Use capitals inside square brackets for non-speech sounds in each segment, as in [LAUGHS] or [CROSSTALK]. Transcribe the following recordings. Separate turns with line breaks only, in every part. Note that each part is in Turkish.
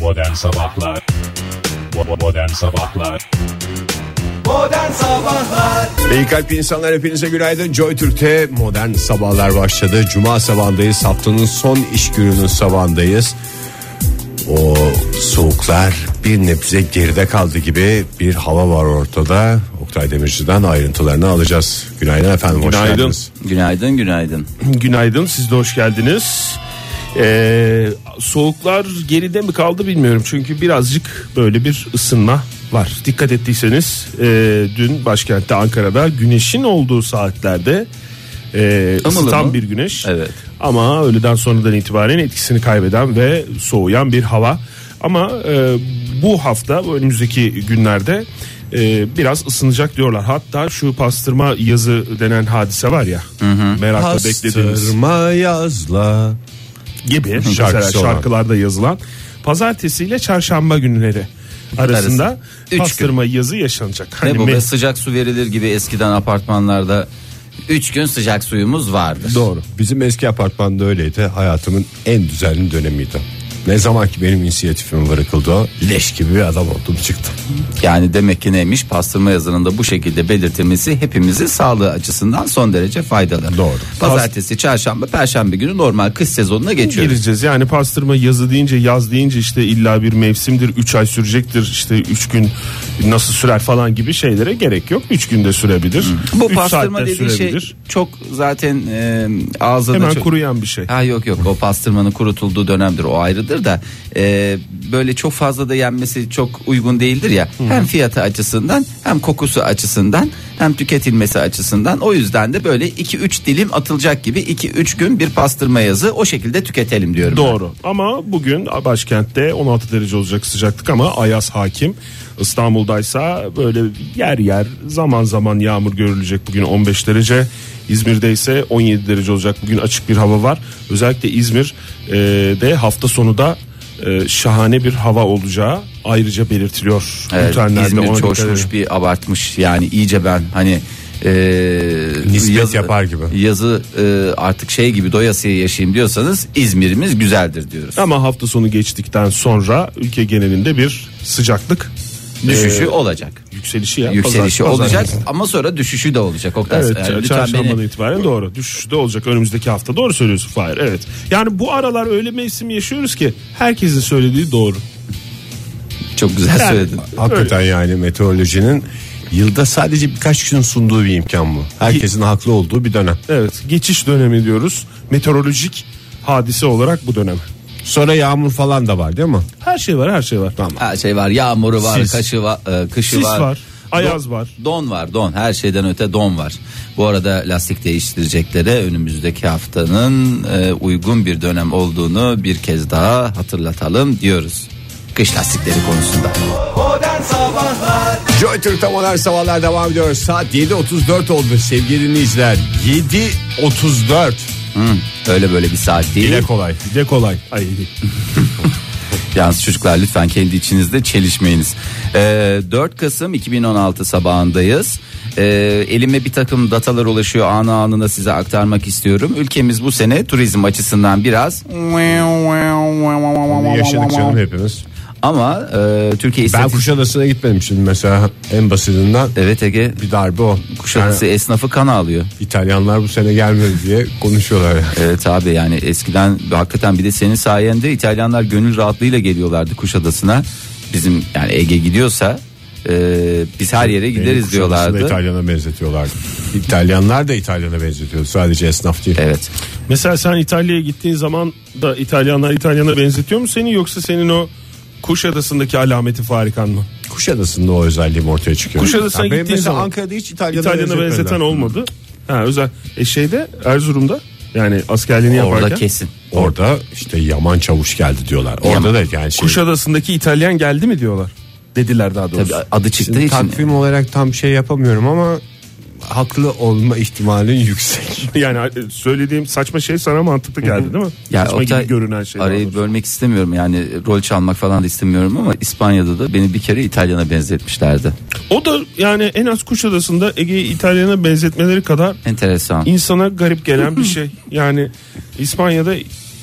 Modern Sabahlar Bo- Modern Sabahlar
Modern Sabahlar
İyi kalpli insanlar hepinize günaydın. Joy Türk'te modern sabahlar başladı. Cuma sabahındayız. Haftanın son iş gününün sabahındayız. O soğuklar bir nebze geride kaldı gibi bir hava var ortada. Oktay Demirci'den ayrıntılarını alacağız. Günaydın efendim. Hoş
Günaydın.
geldiniz.
Günaydın günaydın.
Günaydın siz de hoş geldiniz. Ee, soğuklar geride mi kaldı bilmiyorum çünkü birazcık böyle bir ısınma var. Dikkat ettiyseniz e, dün başkentte Ankara'da güneşin olduğu saatlerde e,
Amalı
ısıtan
mı?
bir güneş.
Evet.
Ama öğleden sonradan itibaren etkisini kaybeden ve soğuyan bir hava. Ama e, bu hafta bu önümüzdeki günlerde e, biraz ısınacak diyorlar. Hatta şu pastırma yazı denen hadise var ya. Merakla beklediğimiz
Pastırma yazla.
gibi mesela
Şarkısı olan.
şarkılarda yazılan pazartesi ile çarşamba günleri arasında
Üç
pastırma yazı yaşanacak. Hani
Ne Hani bu
me-
be sıcak su verilir gibi eskiden apartmanlarda 3 gün sıcak suyumuz vardır.
Doğru. Bizim eski apartmanda öyleydi. Hayatımın en düzenli dönemiydi. Ne zaman ki benim inisiyatifim bırakıldı o leş gibi bir adam oldum çıktım.
Yani demek ki neymiş pastırma yazınında bu şekilde belirtilmesi hepimizin sağlığı açısından son derece faydalı.
Doğru.
Pazartesi, çarşamba, perşembe günü normal kış sezonuna geçiyoruz.
gireceğiz. Yani pastırma yazı deyince yaz deyince işte illa bir mevsimdir 3 ay sürecektir işte 3 gün nasıl sürer falan gibi şeylere gerek yok. 3 günde sürebilir.
Bu
üç
pastırma
saatte
dediği şey
sürebilir.
çok zaten e, ağza da
Hemen
çok...
kuruyan bir şey.
Ha yok yok o pastırmanın kurutulduğu dönemdir o ayrıdır da e, böyle çok fazla da yenmesi çok uygun değildir ya hem fiyatı açısından hem kokusu açısından hem tüketilmesi açısından o yüzden de böyle 2-3 dilim atılacak gibi 2-3 gün bir pastırma yazı o şekilde tüketelim diyorum. ben.
Doğru ama bugün başkentte 16 derece olacak sıcaklık ama ayaz hakim. İstanbul'daysa böyle yer yer zaman zaman yağmur görülecek bugün 15 derece. İzmir'de ise 17 derece olacak bugün açık bir hava var. Özellikle İzmir'de hafta sonu da e, şahane bir hava olacağı ayrıca belirtiliyor.
Evet,
bültenlerde. Ona
İzmir
dikkat
coşmuş
edin.
bir abartmış yani iyice ben hani e,
Nispet yapar gibi.
Yazı e, artık şey gibi doyasıya yaşayayım diyorsanız İzmir'imiz güzeldir diyoruz.
Ama hafta sonu geçtikten sonra ülke genelinde bir sıcaklık
Düşüşü olacak.
yükselişi ya.
yükselişi
Pazar-
olacak
pazar-
ama sonra düşüşü de olacak. Oktay,
Evet,
yani
çar-
Ee, lütfen
çarşambadan
beni
itibaren doğru. Düşüş de olacak önümüzdeki hafta. Doğru söylüyorsun Fahir. Evet. Yani bu aralar öyle mevsim yaşıyoruz ki herkesin söylediği doğru.
çok güzel
Yani-
söyledin.
Hakikaten yani meteorolojinin yılda sadece birkaç gün sunduğu bir imkan bu. Herkesin haklı olduğu bir dönem.
Evet. Geçiş dönemi diyoruz. Meteorolojik hadise olarak bu dönem.
Sonra yağmur falan da var değil mi?
Her şey var, her şey var. Tamam.
Her şey var. Yağmuru var,
Sis.
kaşı var, e, kışı
Sis
var.
var, ayaz
Don-
var.
Don var, don. Her şeyden öte don var. Bu arada lastik değiştirecekleri önümüzdeki haftanın e, uygun bir dönem olduğunu bir kez daha hatırlatalım diyoruz. Kış lastikleri konusunda.
Modern Sabahlar
Joy Türk'te modern sabahlar devam ediyor. Saat 7.34 oldu sevgili dinleyiciler. 7.34.
Hı, öyle böyle bir saat değil.
Dile kolay. Dile kolay.
Ay,
Yalnız çocuklar lütfen kendi içinizde çelişmeyiniz. Ee, 4 Kasım 2016 sabahındayız. Ee, elime bir takım datalar ulaşıyor anı anına size aktarmak istiyorum. Ülkemiz bu sene turizm açısından biraz
Yaşadık canım hepimiz.
ama e, Türkiye
Ben
istatistik...
Kuşadası'na gitmedim şimdi mesela. En basitinden
Evet Ege
bir darbe o.
Kuşadası
Yani
esnafı kan ağlıyor.
İtalyanlar bu sene gelmedi diye konuşuyorlar ya.
Evet abi yani eskiden hakikaten bir de senin sayende İtalyanlar gönül rahatlığıyla geliyorlardı Kuşadası'na. Bizim yani Ege gidiyorsa e, biz her yere
Beni
gideriz
Kuşadası'nda
diyorlardı.
İtalyan'a benzetiyorlardı. İtalyanlar da İtalyan'a benzetiyor. Sadece esnaf değil.
Evet.
Mesela sen İtalya'ya gittiğin zaman da İtalyanlar İtalyan'a benzetiyor mu seni yoksa senin o Kuşadası'ndaki alameti farikan mı?
Kuşadası'nda o özelliğim ortaya çıkıyor.
Kuşadası'na
Ya benim
gittiğin
mesela
zaman-
Ankara'da hiç İtalyan'a,
İtalyan'a
benzetmediler.
benzeten olmadı. Ha özel. E şeyde Erzurum'da yani askerliğini
Orada
yaparken.
kesin.
Orada işte Yaman Çavuş geldi diyorlar. Orada
Yaman.
da yani şey,
Kuşadası'ndaki İtalyan geldi mi diyorlar. Dediler daha doğrusu.
Tabii adı çıktığı
Şimdi
için.
takvim olarak tam şey yapamıyorum ama haklı olma ihtimalin yüksek.
[LAUGHS] Yani e, söylediğim saçma şey sana mantıklı geldi değil mi?
Ya
saçma
Oktay,
gibi görünen şey.
arayı
daha doğrusu.
bölmek istemiyorum yani rol çalmak falan da istemiyorum ama İspanya'da da beni bir kere İtalyan'a benzetmişlerdi.
O da yani en az Kuşadası'nda Ege'yi İtalyan'a benzetmeleri kadar
Enteresan.
[LAUGHS] insana garip gelen bir şey. Yani İspanya'da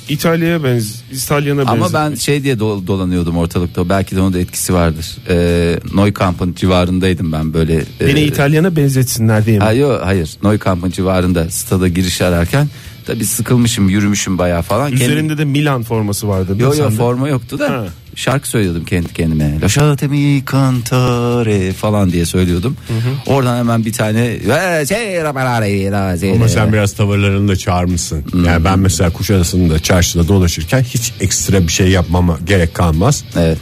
İtalya'ya benz İtalyan'a benziyor.
Ama ben şey diye dol- dolanıyordum ortalıkta. Belki de onun da etkisi vardır. Ee, Neukamp'ın civarındaydım ben böyle. e,
Beni İtalyana benzetsinler diye mi?
Ha, yo, hayır. Neukamp'ın civarında stada giriş ararken tabii sıkılmışım, yürümüşüm bayağı falan. Kendim-
Üzerinde de Milan forması vardı.
Yo yo
Sende.
forma yoktu da
Ha.
şarkı söylüyordum kendi kendime. La chatemi cantare falan diye söylüyordum. Oradan hemen bir tane
Ama sen biraz tavırlarını da çağırmışsın. Yani
Hmm.
ben mesela Kuşadası'nda çarşıda dolaşırken hiç ekstra bir şey yapmama gerek kalmaz.
Evet.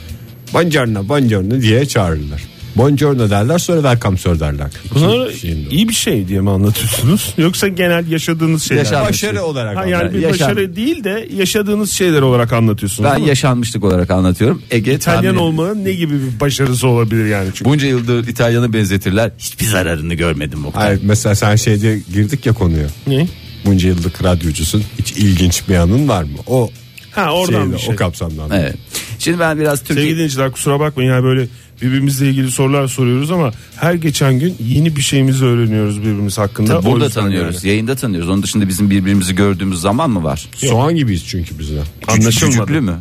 Buongiorno, buongiorno diye çağırırlar. Buongiorno derler sonra welcome sir derler.
Bunlar
İki şeyin de-
iyi bir şey diye
[LAUGHS]
mi anlatıyorsunuz? Yoksa genel yaşadığınız şeyler.
Yaşam-
Başarı olarak.
Ha,
anlar.
yani bir
Yaşam.
başarı değil de yaşadığınız şeyler olarak anlatıyorsunuz.
Ben
değil mi?
yaşanmışlık olarak anlatıyorum. Ege
İtalyan
tahmin-
olmanın ne gibi bir başarısı olabilir yani? Çünkü
Bunca yıldır İtalyan'ı benzetirler. Hiçbir zararını görmedim bu kadar.
Hayır, mesela sen şeyde girdik ya konuya.
Ne?
Bunca yıllık radyocusun. Hiç ilginç bir anın var mı? O
Ha, oradan bir şey.
O kapsamdan.
Evet. Şimdi ben biraz Türkiye...
Sevgili dinleyiciler kusura bakmayın yani böyle birbirimizle ilgili sorular soruyoruz ama her geçen gün yeni bir şeyimizi öğreniyoruz birbirimiz hakkında.
Tabii
O
burada
yüzden
tanıyoruz.
yani.
Yayında tanıyoruz. Onun dışında bizim birbirimizi gördüğümüz zaman mı var?
Soğan gibiyiz çünkü biz de.
Anlaşılmadı.
Küçüklü mü?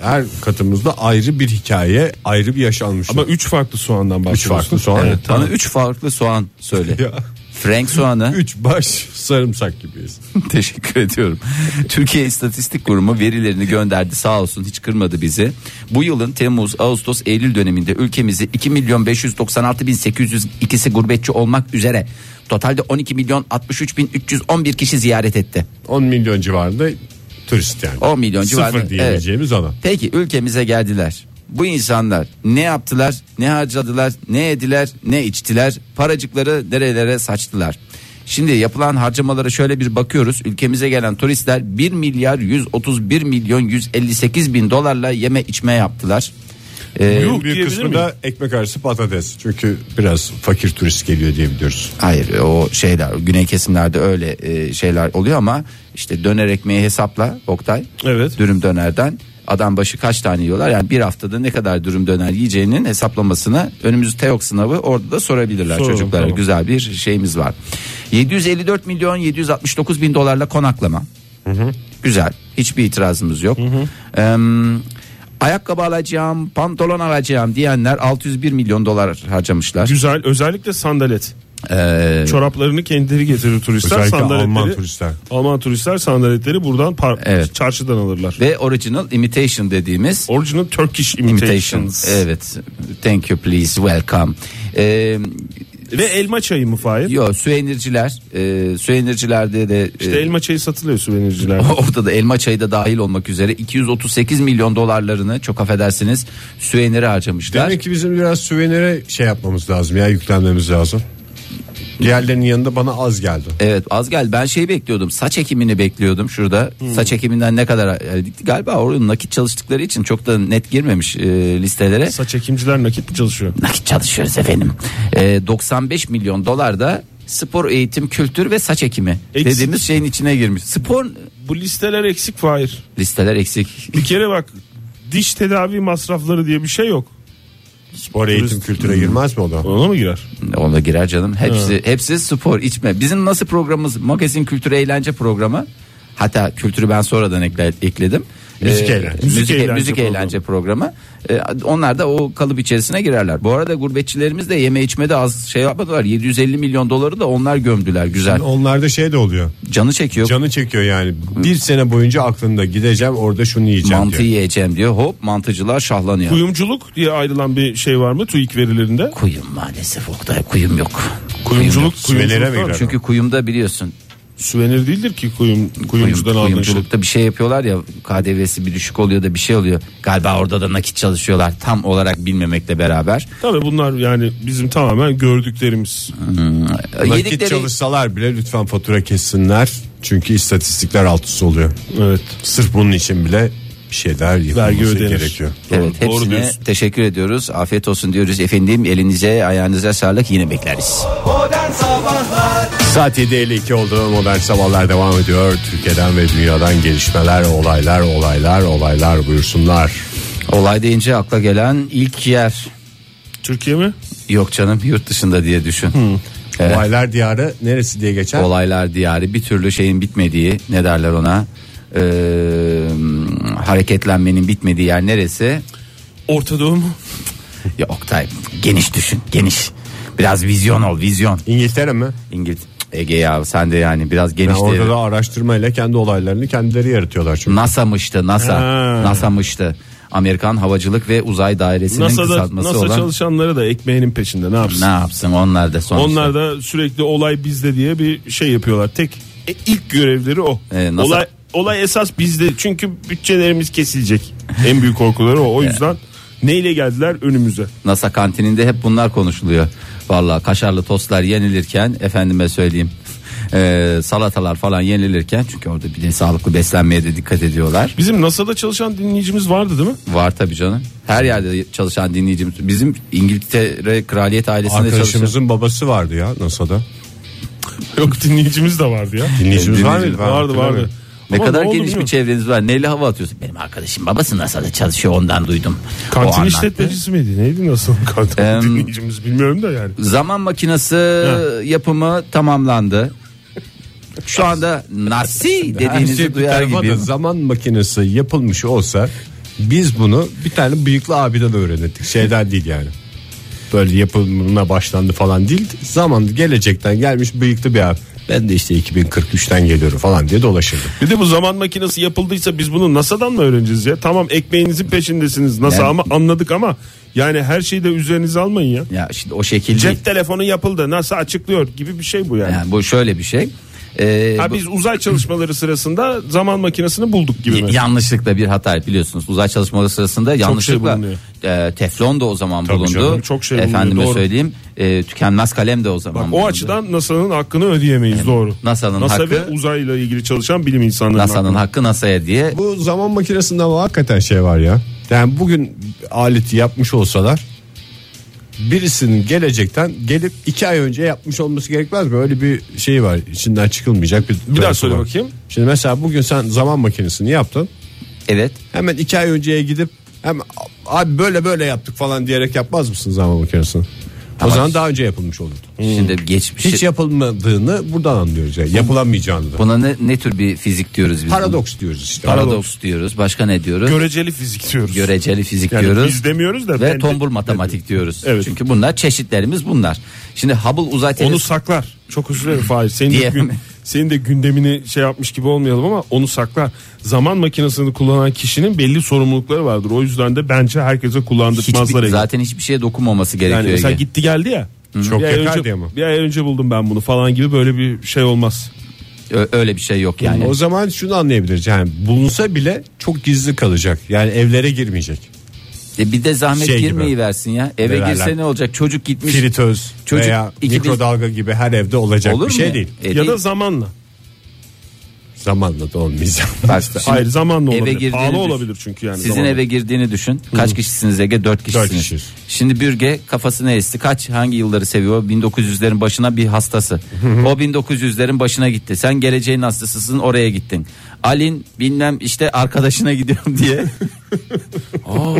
Her katımızda ayrı bir hikaye, ayrı bir yaşanmışlık.
Ama üç farklı soğandan bahsediyoruz.
üç farklı soğan.
Bana üç farklı soğan söyle.
Ya.
Frank soğanı.
Üç baş sarımsak gibiyiz.
[LAUGHS] Teşekkür ediyorum. Türkiye İstatistik Kurumu verilerini gönderdi sağ olsun hiç kırmadı bizi. Bu yılın Temmuz, Ağustos, Eylül döneminde ülkemizi 2 milyon 596 bin 802'si gurbetçi olmak üzere totalde 12 milyon 63 bin 311 kişi ziyaret etti.
10 milyon civarında turist yani.
10 milyon civarında,
Sıfır diyebileceğimiz ona.
Peki ülkemize geldiler. Bu insanlar ne yaptılar, ne harcadılar, ne yediler, ne içtiler, paracıkları nerelere saçtılar. Şimdi yapılan harcamalara şöyle bir bakıyoruz. Ülkemize gelen turistler 1 milyar 131 milyon 158 bin dolarla yeme içme yaptılar. Ee,
Yuh
Bir
diyebilir
kısmı
miyim?
da ekmek arası patates. Çünkü biraz fakir turist geliyor diyebiliyoruz.
Hayır o şeyler güney kesimlerde öyle e, şeyler oluyor ama işte döner ekmeği hesapla Oktay.
Evet.
Dürüm dönerden adam başı kaç tane yiyorlar yani bir haftada ne kadar dürüm döner yiyeceğinin hesaplamasını önümüz TEOK sınavı orada da sorabilirler
Soralım,
çocuklara
tamam.
güzel bir şeyimiz var. 754 milyon 769 bin dolarla konaklama. Güzel. Hiçbir itirazımız yok. Em, ayakkabı alacağım, pantolon alacağım diyenler 601 milyon dolar harcamışlar.
Güzel özellikle sandalet.
Ee,
Çoraplarını kendileri getirir turistler.
Özellikle
sandaletleri,
Alman turistler.
Alman turistler sandaletleri buradan par-
Evet.
çarşıdan alırlar.
ve original imitation dediğimiz
Original Turkish
imitation.
imitations.
Evet. Thank you please welcome. Ee,
Ve elma çayı mı Fahir?
yo süvenirciler, e, süvenircilerde de e,
İşte elma çayı satılıyor süvenircilerde.
[LAUGHS] orada da elma çayı da dahil olmak üzere 238 milyon dolarlarını çok affedersiniz süvenire harcamışlar.
Demek ki bizim biraz süvenire şey yapmamız lazım ya yüklenmemiz lazım. Diğerlerinin yanında bana az geldi.
Evet az gel ben şey bekliyordum saç ekimini bekliyordum şurada
Hmm.
saç ekiminden ne kadar yani galiba orada nakit çalıştıkları için çok da net girmemiş e, listelere.
Saç ekimciler nakit mi çalışıyor?
nakit çalışıyoruz efendim. Ee, 95 milyon dolar da spor, eğitim, kültür ve saç ekimi
Eksik.
dediğimiz şeyin içine girmiş. Spor
Bu listeler eksik Fahir.
listeler eksik.
Bir kere bak diş tedavi masrafları diye bir şey yok.
Spor eğitim
Hmm.
kültüre girmez mi o da?
Ona mı girer?
Ona girer canım. Hepsi hepsi spor, içme. Bizim nasıl programımız? Magazin kültür eğlence programı. Hatta kültürü ben sonradan ekle- ekledim. Ee,
Müzik eğlence.
Müzik, e,
Müzik
müzik eğlence,
eğlence programı.
programı. Ee, onlar da o kalıp içerisine girerler. Bu arada gurbetçilerimiz de yeme içme de az şey yapmadılar. 750 milyon doları da onlar gömdüler güzel.
Onlarda şey de oluyor.
Canı çekiyor.
Canı çekiyor yani. Bir sene boyunca aklında gideceğim orada şunu yiyeceğim
mantı
diyor.
yiyeceğim diyor. Hop mantıcılar şahlanıyor. Kuyum,
Kuyumculuk diye ayrılan bir şey var mı TÜİK verilerinde?
maalesef Oktay kuyum yok. Kuyum yok.
Kuyumculuk,
Süvelere mi
kuyumculuktan-
girer?
Çünkü kuyumda biliyorsun
Süvenir değildir ki kuyum,
kuyum,
kuyumcudan aldığın şey.
kuyumculukta bir şey yapıyorlar ya KDV'si bir düşük oluyor da bir şey oluyor. Galiba orada da nakit çalışıyorlar tam olarak bilmemekle beraber.
Tabii bunlar yani bizim tamamen gördüklerimiz.
Nakit
Yedikleri
çalışsalar bile lütfen fatura kessinler. Çünkü istatistikler alt üst oluyor.
Evet.
Sırf bunun için bile bir şeyler
Vergi
yapılması
ödenir.
gerekiyor.
Evet,
Doğru, doğru
hepsine
diyorsun.
teşekkür ediyoruz. Afiyet olsun diyoruz efendim. Elinize ayağınıza sağlık. Yine bekleriz.
Modern Sabahlar
Saat 7.52 oldu. Modern Sabahlar devam ediyor. Türkiye'den ve dünyadan gelişmeler, olaylar, olaylar, olaylar buyursunlar.
Olay deyince akla gelen ilk yer
Türkiye mi?
yok canım yurt dışında diye düşün.
Hmm.
Evet.
Olaylar diyarı neresi diye geçer?
olaylar diyarı bir türlü şeyin bitmediği ne derler ona Ee, hareketlenmenin bitmediği yer neresi?
Orta Doğu mu?
Ya Oktay geniş düşün geniş. Biraz vizyon ol vizyon.
İngiltere mi?
İngiliz Ege ya sen de yani biraz
Ya
geniş de-
orada da araştırmayla kendi olaylarını kendileri yaratıyorlar çünkü.
NASA'mıştı NASA. NASA'mıştı. Amerikan Havacılık ve Uzay Dairesi'nin
NASA'da
kısaltması
NASA
olan
çalışanları da ekmeğinin peşinde ne yapsın?
ne yapsın onlar da sonuçta.
Onlar da sürekli olay bizde diye bir şey yapıyorlar. Tek e, ilk görevleri o.
Ee, NASA-
olay olay esas bizde. Çünkü bütçelerimiz kesilecek. en büyük
[LAUGHS]
korkuları o. O yüzden neyle geldiler önümüze?
NASA kantininde hep bunlar konuşuluyor. Vallahi kaşarlı tostlar yenilirken efendime söyleyeyim [LAUGHS] eee, salatalar falan yenilirken çünkü orada bir de sağlıklı beslenmeye de dikkat ediyorlar.
Bizim NASA'da çalışan dinleyicimiz vardı değil mi? [LAUGHS]
Var tabii canım. Her yerde çalışan dinleyicimiz bizim İngiltere Kraliyet ailesinde çalışan
Arkadaşımızın babası vardı ya NASA'da.
Yok dinleyicimiz de vardı ya.
Dinleyicimiz var mıydı?
Dinleyicimiz vardı vardı.
Ne
Ama
kadar
oldu
geniş bir
bilmiyorum.
çevreniz var. Neyle hava atıyorsun? Benim arkadaşım babası NASA'da çalışıyor ondan duydum. O
Kantin
anlattı.
işletmecisi miydi? Neydi nasıl kantin
Em,
dinleyicimiz bilmiyorum da yani.
Zaman makinesi yapımı tamamlandı. Şu anda nasi dediğinizi
Her şey bir
duyar
tarafa da
gibiyim.
zaman makinesi yapılmış olsa biz bunu bir tane bıyıklı abiden öğrenirdik. Şeyden değil yani. Böyle yapımına başlandı falan değil. Zaman gelecekten gelmiş bıyıklı bir abi. Ben de işte 2043'ten geliyorum falan diye dolaşırdım.
Bir de bu zaman makinesi yapıldıysa biz bunu NASA'dan mı öğreneceğiz ya? Tamam ekmeğinizin peşindesiniz NASA
Yani-
ama anladık ama yani her şeyi de üzerinize almayın ya.
Ya şimdi o şekilde
Cep telefonu yapıldı NASA açıklıyor gibi bir şey bu yani.
yani bu şöyle bir şey. Ee,
ha
bu-
biz uzay çalışmaları sırasında zaman makinesini bulduk gibi mi?
yanlışlıkla bir hata biliyorsunuz. Uzay çalışmaları sırasında yanlışlıkla
şey bulunuyor.
e, teflon da o zaman
Tabii
bulundu.
canım, çok şey bulunuyor,
Efendime
doğru.
söyleyeyim e, tükenmez kalem de o zaman bulundu.
O açıdan NASA'nın hakkını ödeyemeyiz doğru.
NASA'nın
NASA
hakkı-
ve uzayla ilgili çalışan bilim insanlarının
NASA'nın
hakkı.
hakkı NASA'ya diye
Bu zaman makinesinde ama hakikaten şey var ya. Yani bugün aleti yapmış olsalar birisinin gelecekten gelip iki ay önce yapmış olması gerekmez mi? Öyle bir şey var içinden çıkılmayacak bir
Bir daha
tarafı
söyle
var.
bakayım.
Şimdi mesela bugün sen zaman makinesini yaptın.
evet
Hemen iki ay önceye gidip hem abi böyle böyle yaptık falan diyerek yapmaz mısın zaman makinesini? O zaman daha önce yapılmış olurdu.
Hmm.
şimdi geçmiş
Hiç yapılmadığını buradan anlıyoruz. Yani. Yapılamayacağını
Hmm.
da.
Buna ne, ne tür bir fizik diyoruz biz?
Paradoks diyoruz işte.
Buna? Paradoks diyoruz. Başka ne diyoruz?
Göreceli fizik diyoruz.
Göreceli fizik
Yani
diyoruz.
biz demiyoruz da
ve
ben-
tombul matematik diyoruz.
Evet.
Çünkü bunlar çeşitlerimiz bunlar. Şimdi Hubble uzay
Onu
teleskobu
saklar. Çok özür dilerim Fahir. Senin de,
Diye
gün-
mi?
senin de gündemini şey yapmış gibi olmayalım ama onu saklar. Zaman makinesini kullanan kişinin belli sorumlulukları vardır. O yüzden de bence herkese kullandırmazlar.
hiçbir,
Ege.
zaten hiçbir şeye dokunmaması gerekiyor.
yani mesela
Ege.
gitti geldi ya.
Çok
bir ay
yakar
önce,
diye mi?
Bir ay önce buldum ben bunu falan gibi böyle bir şey olmaz.
Ö- öyle bir şey yok yani.
O zaman şunu anlayabiliriz. Yani bulunsa bile çok gizli kalacak. Yani evlere girmeyecek.
E bir de zahmet
Şey gibi.
girmeyi versin ya. Eve
Nelerler.
girse ne olacak? Çocuk gitmiş.
Fritöz
Çocuk
veya
iki bin-
mikrodalga gibi her evde olacak
Olur
bir
mu
şey
ya?
değil.
E,
ya
değil.
da zamanla.
Zamanla da olmayacak. [LAUGHS]
Bak, şimdi
Hayır zamanla
eve
olabilir.
girdiğini
Pahalı
düşün.
olabilir çünkü yani.
Sizin
zamanla.
eve girdiğini düşün. Kaç kişisiniz Ege? Dört kişisiniz.
kişiyiz.
Şimdi Bürge kafasını esti. Kaç hangi yılları seviyor? 1900'lerin başına bir hastası. o 1900'lerin başına gitti. Sen geleceğin hastasısın oraya gittin. Alin bilmem işte arkadaşına gidiyorum
[LAUGHS]
diye.
Aa,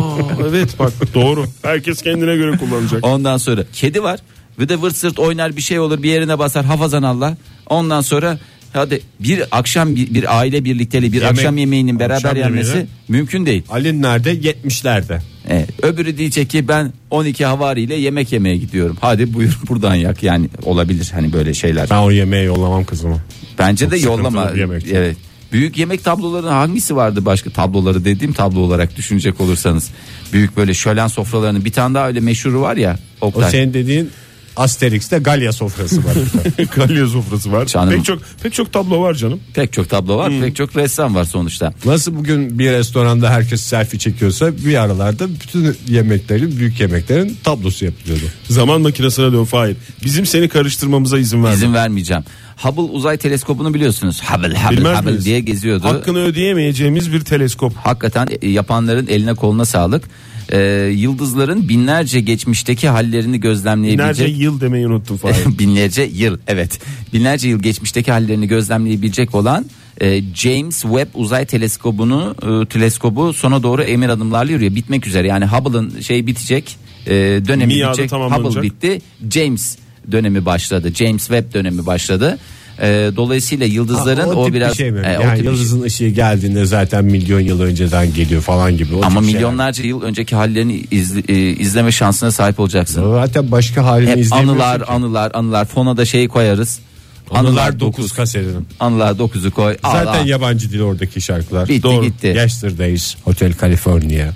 [LAUGHS]
evet bak doğru. Herkes kendine göre kullanacak.
Ondan sonra kedi var. Bir de vırt sırt oynar bir şey olur bir yerine basar hafazan Allah. Ondan sonra hadi bir akşam bir, bir aile birlikteliği bir akşam yemeğinin beraber
akşam
yenmesi
yemeği.
mümkün değil.
Alin nerede? 70'lerde.
Evet. Öbürü diyecek ki ben 12 havariyle yemek yemeye gidiyorum. Hadi buyur [LAUGHS] buradan yak yani olabilir hani böyle şeyler.
Ben o yemeğe yollamam kızımı.
Bence de
sıkıntılı
yollama.
bir yemek.
Evet. Büyük yemek tablolarının hangisi vardı başka tabloları dediğim tablo olarak düşünecek olursanız. Büyük böyle şölen sofralarının bir tane daha öyle meşhuru var ya.
O şey-
Oktay.
senin dediğin Asterix'te Galya sofrası var.
Galya sofrası var.
Canım.
Pek çok pek çok tablo var canım.
Pek çok tablo var pek çok ressam var sonuçta.
[LAUGHS] Nasıl bugün bir restoranda herkes selfie çekiyorsa bir aralarda bütün yemeklerin, büyük yemeklerin tablosu yapılıyordu.
Zaman makinesine dön Fahir. Bizim seni karıştırmamıza izin verme.
İzin vermeyeceğim. Hubble uzay teleskobunu biliyorsunuz. Hubble Hubble
Bilmez
Hubble
miyiz?
diye geziyordu.
Hakkını ödeyemeyeceğimiz bir teleskop.
hakikaten e, yapanların eline koluna sağlık. Ee, yıldızların binlerce geçmişteki hallerini
Binlerce
gözlemleyebilecek
yıl demeyi
[LAUGHS]
unuttum Fahir.
binlerce yıl evet binlerce yıl geçmişteki hallerini gözlemleyebilecek olan e, James Webb uzay teleskobunu e, teleskobu sona doğru emin adımlarla yürüyor bitmek üzere yani Hubble'ın şey bitecek e, dönemi
Miadı
bitecek
tamamlanacak.
Hubble bitti James dönemi başladı James Webb dönemi başladı E, dolayısıyla yıldızların
Ha,
o,
tip bir
biraz
şey mi?
e, o
yani
tip bir şey.
yıldızın ışığı geldiğinde zaten milyon yıl önceden geliyor falan gibi. O
ama
tip şey şeyler.
milyonlarca yıl önceki hallerini izle- e, izleme şansına sahip olacaksın.
Zaten başka halini
Hep
izleyemiyorsun
anılar,
ki.
anılar, anılar. Fona da şeyi koyarız.
Anılar 9
dokuz.
kasetinin.
Anılar 9'u koy. Al,
Zaten
al.
yabancı dil oradaki şarkılar.
Bitti,
Doğru.
gitti.
Yesterdays Hotel California.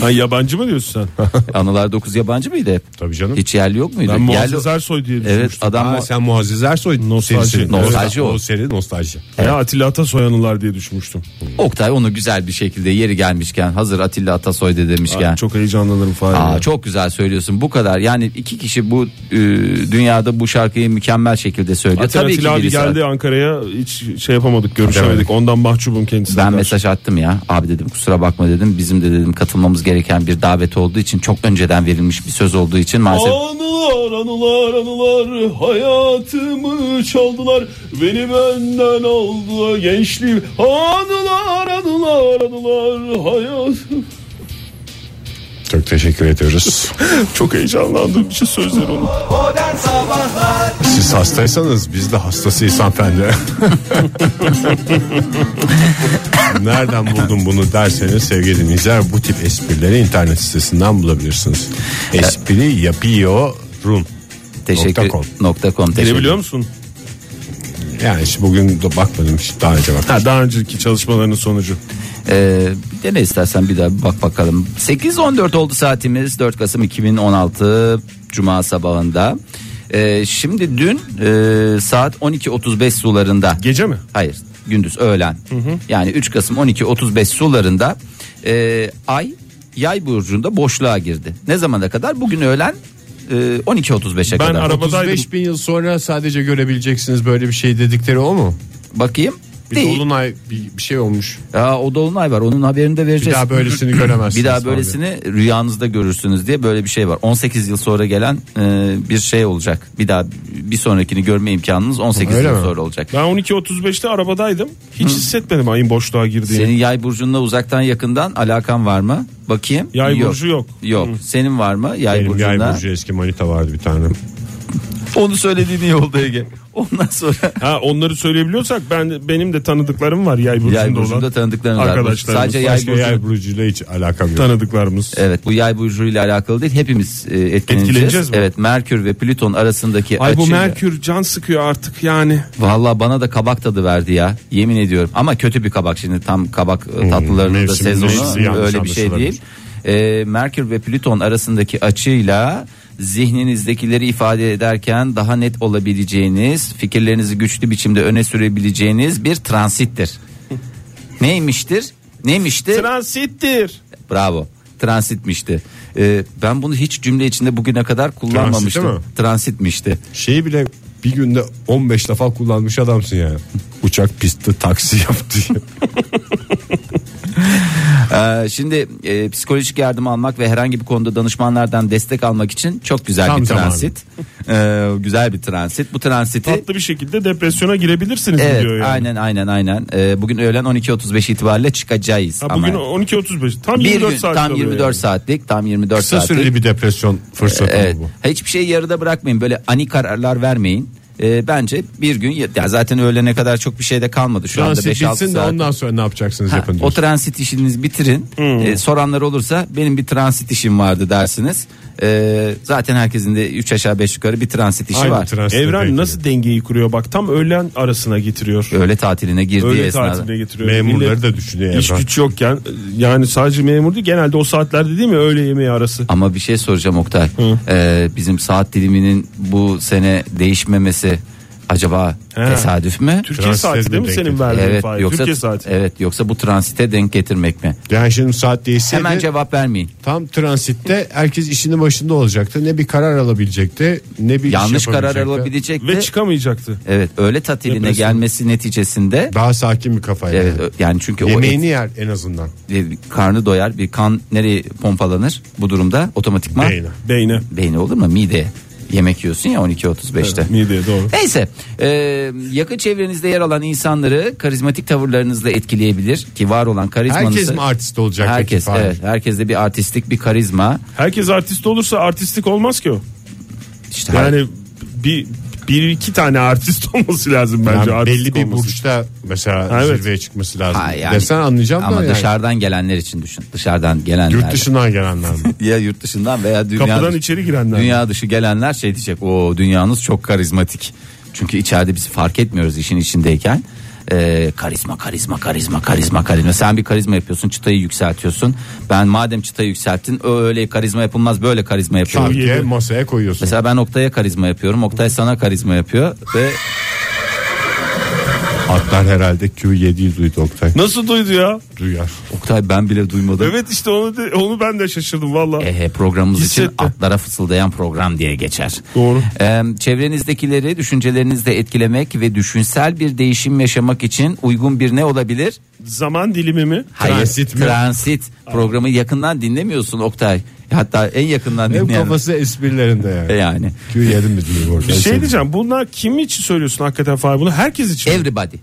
Ha, yabancı mı diyorsun
[LAUGHS]
sen?
Anılar 9 yabancı mıydı hep?
Tabii canım.
Hiç yerli yok muydu?
Ben Muazzez
Yerli-
Ersoy diye
Evet
düşünmüştüm.
adam
Aa, sen Muazzez Ersoy
Nostalji.
serisi.
Nostalji
Evet,
o.
seri nostalji.
Ya Atilla Atasoy anılar diye düşünmüştüm.
Oktay onu güzel bir şekilde yeri gelmişken hazır Atilla Atasoy de demişken.
Ay, Çok heyecanlanırım falan.
Aa, çok güzel söylüyorsun bu kadar yani iki kişi bu e, dünyada bu şarkıyı mükemmel şekilde söylüyor.
Atilla,
Tabii ki
Atilla abi
birisi-
geldi Ankara'ya hiç şey yapamadık görüşemedik.
Demedik.
Ondan mahcubum kendisinden.
Ben mesaj attım ya abi dedim kusura bakma dedim bizim de dedim katılmamız gereken bir davet olduğu için çok önceden verilmiş bir söz olduğu için maalesef
Anılar anılar anılar hayatımı çaldılar beni benden aldı gençliğim anılar anılar anılar hayat
Çok teşekkür ediyoruz.
çok heyecanlandığım için sözler onu
Modern Sabahlar
[LAUGHS] Siz hastaysanız biz de hastasıyız hanımefendi.
[LAUGHS]
Nereden buldun bunu derseniz sevgili dinleyiciler bu tip esprileri internet sitesinden bulabilirsiniz.
E-
Espri yapıyorum.
teşekkür
.com.
nokta com teşekkür.
Girebiliyor musun?
Yani işte bugün de bakmadım hiç daha önce baktım.
Ha, daha önceki çalışmalarının sonucu
Ee, bir dene istersen bir daha bir bak bakalım. 8.14 oldu saatimiz 4 Kasım 2016 Cuma sabahında. Ee, şimdi dün e, saat 12.35 sularında.
gece mi?
Hayır gündüz öğlen. Yani 3 Kasım 12.35 sularında e, ay yay burcunda boşluğa girdi. Ne zamana kadar? Bugün öğlen e, 12.35'e
Ben
kadar.
arabadaydım
35 bin yıl sonra sadece görebileceksiniz böyle bir şey dedikleri o mu?
Bakayım.
Bir
Değil.
dolunay bir, bir şey olmuş.
Aa, o dolunay var onun haberini de
Bir
vereceğiz.
daha
[CLEARS THROAT]
böylesini göremezsiniz.
Bir daha
abi.
böylesini rüyanızda görürsünüz diye böyle bir şey var. 18 yıl sonra gelen e, bir şey olacak. Bir daha bir sonrakini görme imkanınız 18
Öyle
yıl
mi?
sonra olacak.
ben 12.35'te arabadaydım hiç hissetmedim ayın boşluğa girdiğini
Senin yay burcunla uzaktan yakından alakan var mı? Bakayım.
Yay burcu yok.
Yok. Senin var mı yay
Benim
burcunda?
yay burcu eski manita vardı bir tane.
Onu söylediğin iyi oldu Ege. Ondan sonra
Ha onları söyleyebiliyorsak ben benim de tanıdıklarım var yay [LAUGHS] burcunda,
yay burcunda
olan
tanıdıkların var.
Arkadaşlarımız
Sadece yay
Başka
burcu.
yay burcuyla hiç alakam yok.
tanıdıklarımız.
Evet bu yay burcuyla alakalı değil. Hepimiz e, etkileneceğiz.
Etkileneceğiz mi?
Evet Merkür ve Plüton arasındaki
Ay bu
açı-
Merkür can sıkıyor artık yani.
Valla bana da kabak tadı verdi ya. Yemin ediyorum. Ama kötü bir kabak şimdi tam kabak e, tatlılarının da
Hmm. mevsim- mevsim
sezonu
yanlış
öyle bir şey
anlaşılabilir.
değil. E, Merkür ve Plüton arasındaki açıyla zihninizdekileri ifade ederken daha net olabileceğiniz, fikirlerinizi güçlü biçimde öne sürebileceğiniz bir
[LAUGHS]
transittir. Neymiştir? Neymiştir?
Transittir.
E- Bravo. Transitmişti. E, ben bunu hiç cümle içinde bugüne kadar kullanmamıştım.
mi?
Transitmişti.
Şeyi bile bir günde 15 defa kullanmış
[LAUGHS]
adamsın yani. Uçak pisti taksi yaptı.
Ee, şimdi e, psikolojik yardım almak ve herhangi bir konuda danışmanlardan destek almak için çok güzel
Tam
bir
zamanı.
transit. Ee, güzel bir transit. Bu transiti
Tatlı bir şekilde depresyona girebilirsiniz
Evet,
diyor yani.
aynen aynen aynen. Ee, bugün öğlen 12.35 itibariyle çıkacağız.
Ha,
ama
bugün 12.35 tam
bir
24
gün
saat
tam
kalıyor
24
yani.
saatlik, tam 24
Kısa
saatlik.
süreli bir depresyon fırsatı
Evet.
bu.
Ha, Hiçbir şeyi yarıda bırakmayın. Böyle ani kararlar vermeyin. Ee, bence bir gün ya zaten öğlene kadar çok bir şey de kalmadı şu anda
Transit
5-6
bitsin de
saat.
ondan sonra ne yapacaksınız
Ha,
yapın
o
diyorsun.
transit işiniz bitirin. Ee, soranlar olursa benim bir transit işim vardı dersiniz. Ee, zaten herkesin de 3 aşağı 5 yukarı bir transit işi
Aynı
var.
transit
Evren
belki de.
nasıl dengeyi kuruyor bak tam öğlen arasına getiriyor.
Öğle tatiline girdiği
Öğle
esnada.
tatiline getiriyor.
Memurları
Millet
da düşünüyor
İş
Evren.
güç yokken yani sadece memur değil genelde o saatlerde değil mi öğle yemeği arası.
Ama bir şey soracağım Oktay. Ee, bizim saat diliminin bu sene değişmemesi acaba
He.
tesadüf mü?
Türkiye
Transit
saati değil
denk
mi senin
getiriyor.
verdiğin
Evet
faiz?
yoksa
Türkiye saati.
evet yoksa bu transite denk getirmek mi?
Yani şimdi saat
Şey
değişseydi
Hemen cevap vermeyin.
tam transitte herkes işinin başında olacaktı. Ne bir karar alabilecekti ne bir iş
Yanlış karar
yapabilecekti.
alabilecekti.
şey Ve çıkamayacaktı.
evet öğle tatiline
Depresyon.
gelmesi neticesinde
Daha sakin bir kafayla.
evet ö- yani çünkü o
Yemeğini yer en azından.
bir e, karnı doyar bir kan nereye pompalanır bu durumda otomatikman
Beyne.
Beyne.
beyni olur mu mideye yemek yiyorsun ya 12.35'te
Mideye doğru.
Neyse e, yakın çevrenizde yer alan insanları karizmatik tavırlarınızla etkileyebilir ki var olan karizmanızı
Herkes mi artist olacak? peki
Herkes
Fahir?
evet herkeste bir artistlik bir karizma
Herkes artist olursa artistlik olmaz ki o.
işte her-
Yani bir bir iki tane artist [LAUGHS] olması lazım bence.
Yani
artist
belli bir
olması.
burçta mesela
Ha, evet.
zirveye çıkması lazım.
Ha, yani-
Desen anlayacağım
Ama
da yani.
dışarıdan gelenler için düşün. Dışarıdan gelenler.
Yurt dışından
[LAUGHS]
gelenler mi?
Ya yurt dışından veya dünya
Kapıdan
dışı-
içeri girenler.
Dünya dışı gelenler şey diyecek. O dünyanız çok karizmatik. Çünkü içeride biz fark etmiyoruz işin içindeyken. Ee, karizma karizma karizma karizma karizma sen bir karizma yapıyorsun çıtayı yükseltiyorsun ben madem çıtayı yükselttin öyle karizma yapılmaz böyle karizma yapıyorum
Şarkıya
yedi.
masaya koyuyorsun.
mesela ben Oktay'a karizma yapıyorum Oktay sana karizma yapıyor ve
Atlar herhalde Q7'yi duydu
[LAUGHS]
Oktay.
Nasıl duydu ya?
Duyar.
Oktay ben bile duymadım
Evet işte onu de- onu ben de şaşırdım valla.
Ehe, programımız için
Hissettim.
atlara fısıldayan program diye geçer.
Doğru.
Ee, çevrenizdekileri düşüncelerinizle etkilemek ve düşünsel bir değişim yaşamak için uygun bir ne olabilir?
Zaman dilimi mi?
Transit mi?
Transit programı yakından dinlemiyorsun Oktay. Hatta en yakından
Hem
dinleyen.
kafası esprilerinde yani.
Yani.
Q7 mi diyor orada?
Bir şey diyeceğim. Bunlar kim için söylüyorsun hakikaten Fahir bunu? Herkes için. mi?
Everybody.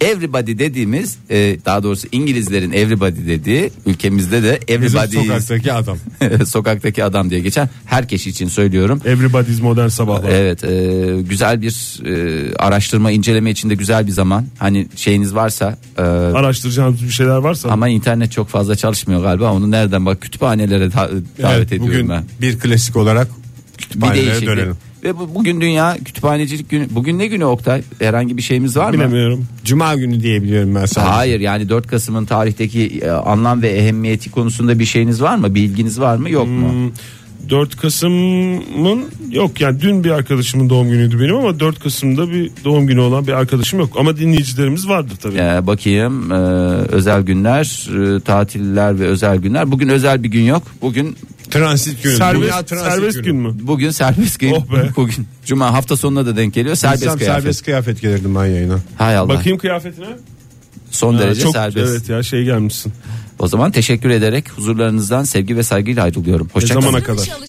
Everybody dediğimiz e, daha doğrusu İngilizlerin everybody dediği ülkemizde de
Bizim
everybody
sokaktaki adam.
[LAUGHS] sokaktaki adam diye geçen herkes için söylüyorum.
Everybody's modern sabahlar.
Evet e, güzel bir e, araştırma inceleme için de güzel bir zaman. Hani şeyiniz varsa e,
Araştıracağınız bir şeyler varsa.
ama internet çok fazla çalışmıyor galiba. Onu nereden bak kütüphanelere da- davet
Evet,
ediyorum
bugün
ben.
bir klasik olarak
Bir
kütüphanelere
değişiklik.
dönelim.
Ve bu, bugün dünya kütüphanecilik günü. Bugün ne günü Oktay? Herhangi bir şeyimiz var mı?
Bilemiyorum.
Cuma günü diyebiliyorum ben sana.
Hayır yani 4 Kasım'ın tarihteki e, anlam ve ehemmiyeti konusunda bir şeyiniz var mı? Bilginiz var mı yok mu?
4 Kasım'ın yok yani dün bir arkadaşımın doğum günüydü benim ama 4 Kasım'da bir doğum günü olan bir arkadaşım yok. Ama dinleyicilerimiz vardır tabii.
Ee, bakayım e, özel günler, e, tatiller ve özel günler. Bugün özel bir gün yok. Bugün
Transit günü. Dünya
serbest
transit
serbest gün mü?
Bugün serbest kıyım.
Oh be.
[LAUGHS] Bugün cuma hafta sonuna da denk geliyor. Serbest
Serbest
kıyafet.
serbest kıyafet gelirdim ben yayına.
Hay Allah.
Bakayım kıyafetine.
Son
Ha,
derece
çok,
serbest.
Evet ya şey gelmişsin.
O zaman teşekkür ederek huzurlarınızdan sevgi ve saygıyla ayrılıyorum.
Ne
Hoşçakalın.
zamana kadar?